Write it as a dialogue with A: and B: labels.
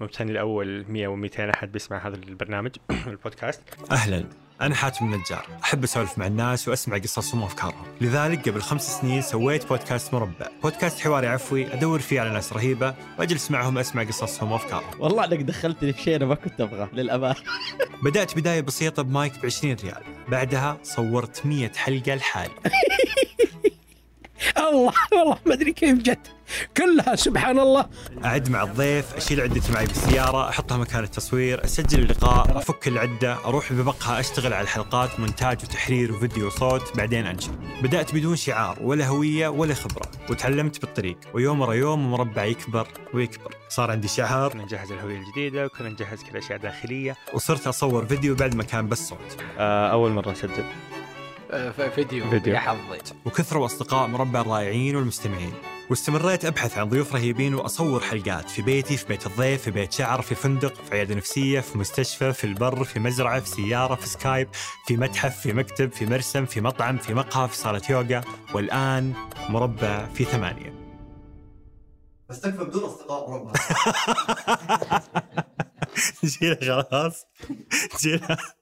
A: ممتن لاول 100 و200 احد بيسمع هذا البرنامج البودكاست
B: اهلا انا حاتم النجار احب اسولف مع الناس واسمع قصصهم وافكارهم لذلك قبل خمس سنين سويت بودكاست مربع بودكاست حواري عفوي ادور فيه على ناس رهيبه واجلس معهم اسمع قصصهم وافكارهم
C: والله انك دخلتني في شيء انا ما كنت ابغاه للامانه
B: بدات بدايه بسيطه بمايك ب 20 ريال بعدها صورت 100 حلقه لحالي
D: الله والله ما ادري كيف جت كلها سبحان الله
B: اعد مع الضيف اشيل عدتي معي بالسياره احطها مكان التصوير اسجل اللقاء افك العده اروح بمقهى اشتغل على الحلقات مونتاج وتحرير وفيديو وصوت بعدين انشر بدات بدون شعار ولا هويه ولا خبره وتعلمت بالطريق ويوم ورا يوم مربع يكبر ويكبر صار عندي شعار
A: كنا نجهز الهويه الجديده وكنا نجهز كل اشياء داخليه
B: وصرت اصور فيديو بعد ما كان بس صوت
A: آه، اول مره اسجل
D: آه، ف- فيديو
A: فيديو.
D: يا حظي
B: وكثروا اصدقاء مربع الرائعين والمستمعين واستمريت ابحث عن ضيوف رهيبين واصور حلقات في بيتي في بيت الضيف في بيت شعر في فندق في عياده نفسيه في مستشفى في البر في مزرعه في سياره في سكايب في متحف في مكتب في مرسم في مطعم في مقهى في صاله يوغا والان مربع في ثمانيه
E: بس تكفى بدون اصدقاء مربع
B: جينا خلاص جينا